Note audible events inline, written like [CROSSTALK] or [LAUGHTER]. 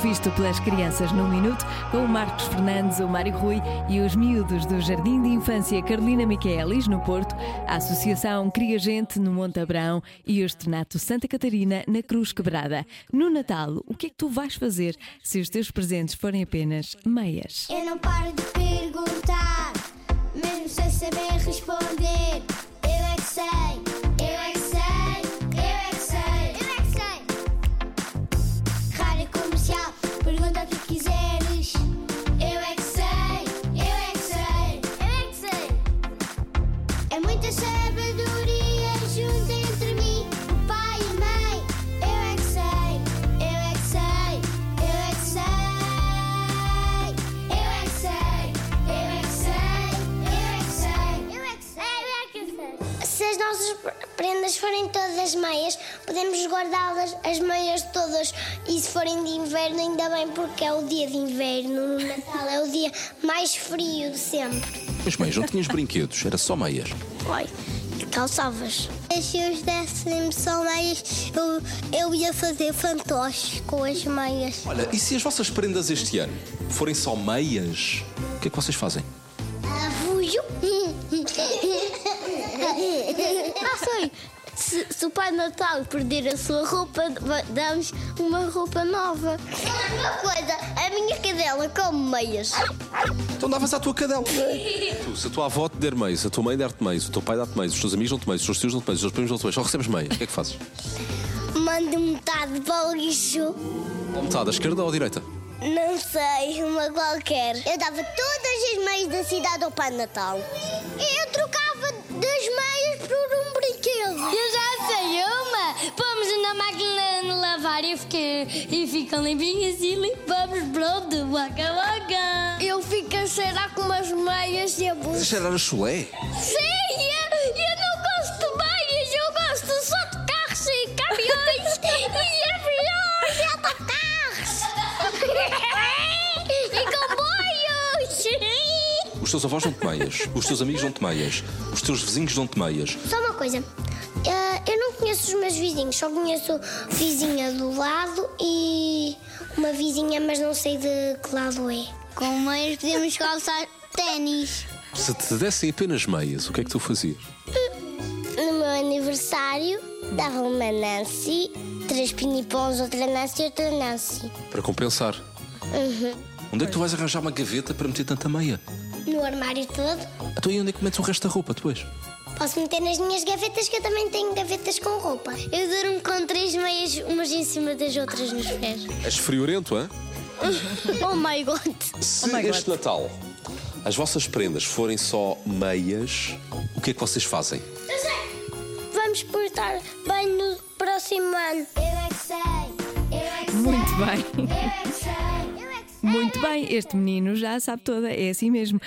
visto pelas crianças num minuto, com o Marcos Fernandes, o Mário Rui e os miúdos do Jardim de Infância Carolina Miquelis, no Porto, a Associação Cria Gente, no Monte Abrão e o Estrenato Santa Catarina, na Cruz Quebrada. No Natal, o que é que tu vais fazer se os teus presentes forem apenas meias? Eu não paro de perguntar, mesmo sem saber responder. Eu é que sei, eu é que sei, eu é que sei, eu é que sei. Rádio comercial, pergunta o que quiseres. Eu é que sei, eu é que sei, eu é que sei. É muita sabedoria junto entre mim, o pai e a mãe. Eu é que sei, eu é que sei, eu é que sei. Eu é que sei, eu é que sei, eu é que sei. Eu é que sei, eu é que sei. Se as nossas prendas forem todas meias, podemos guardá-las as meias todas. E se forem de inverno, ainda bem, porque é o dia de inverno. No Natal é o dia mais frio de sempre. Mas mães, não tinhas brinquedos, era só meias. Oi, calçavas. Se eu dessem só meias, eu, eu ia fazer fantoches com as meias. Olha, e se as vossas prendas este ano forem só meias, o que é que vocês fazem? Ah, [LAUGHS] Fujo. Não sei. Ah, Se, se o Pai Natal perder a sua roupa, va- damos uma roupa nova. Uma coisa, a minha cadela come meias. Então davas à [LAUGHS] tua cadela. Tu, se a tua avó te der meios, a tua mãe der-te meios, o teu pai dá-te meios, os teus amigos não te meios, os teus tios não te meios, os teus primos não te meios, só recebes meias, o que é que fazes? Mando metade para o lixo. Ou metade, à esquerda ou à direita? Não sei, uma qualquer. Eu dava todas as meias da cidade ao Pai Natal. Eu trocava das meias por um brinquedo. Eu já sei uma! Pomos na máquina de lavar e, fica- e ficam limpinhas e limpamos, pronto, waka waka! Eu fico a cheirar com umas meias e a bolsa. Cheirar a chulé? Sim, eu, eu não gosto de meias, eu gosto só de carros e caminhões [LAUGHS] e aviões e autocarros! [LAUGHS] e comboios! Os teus avós não te meias, os teus amigos não te meias, os teus vizinhos não te meias. Só uma coisa. eh, Eu não conheço os meus vizinhos, só conheço a vizinha do lado e uma vizinha, mas não sei de que lado é. Com meias podemos calçar ténis. Se te dessem apenas meias, o que é que tu fazias? No meu aniversário, dava uma Nancy, três pinipons, outra Nancy e outra Nancy. Para compensar. Uhum. Onde é que tu vais arranjar uma gaveta para meter tanta meia? No armário todo, Então e onde é que metes o resto da roupa depois? posso meter nas minhas gavetas, que eu também tenho gavetas com roupa. Eu durmo com três meias, umas em cima das outras nos pés. És friorento, hã? [LAUGHS] Oh my god! Se este Natal as vossas prendas forem só meias, o que é que vocês fazem? Vamos portar bem no próximo ano. Eu é que sei, eu é que sei. Muito bem. Eu é que sei, eu é que sei. Muito bem, este menino já sabe toda, é assim mesmo.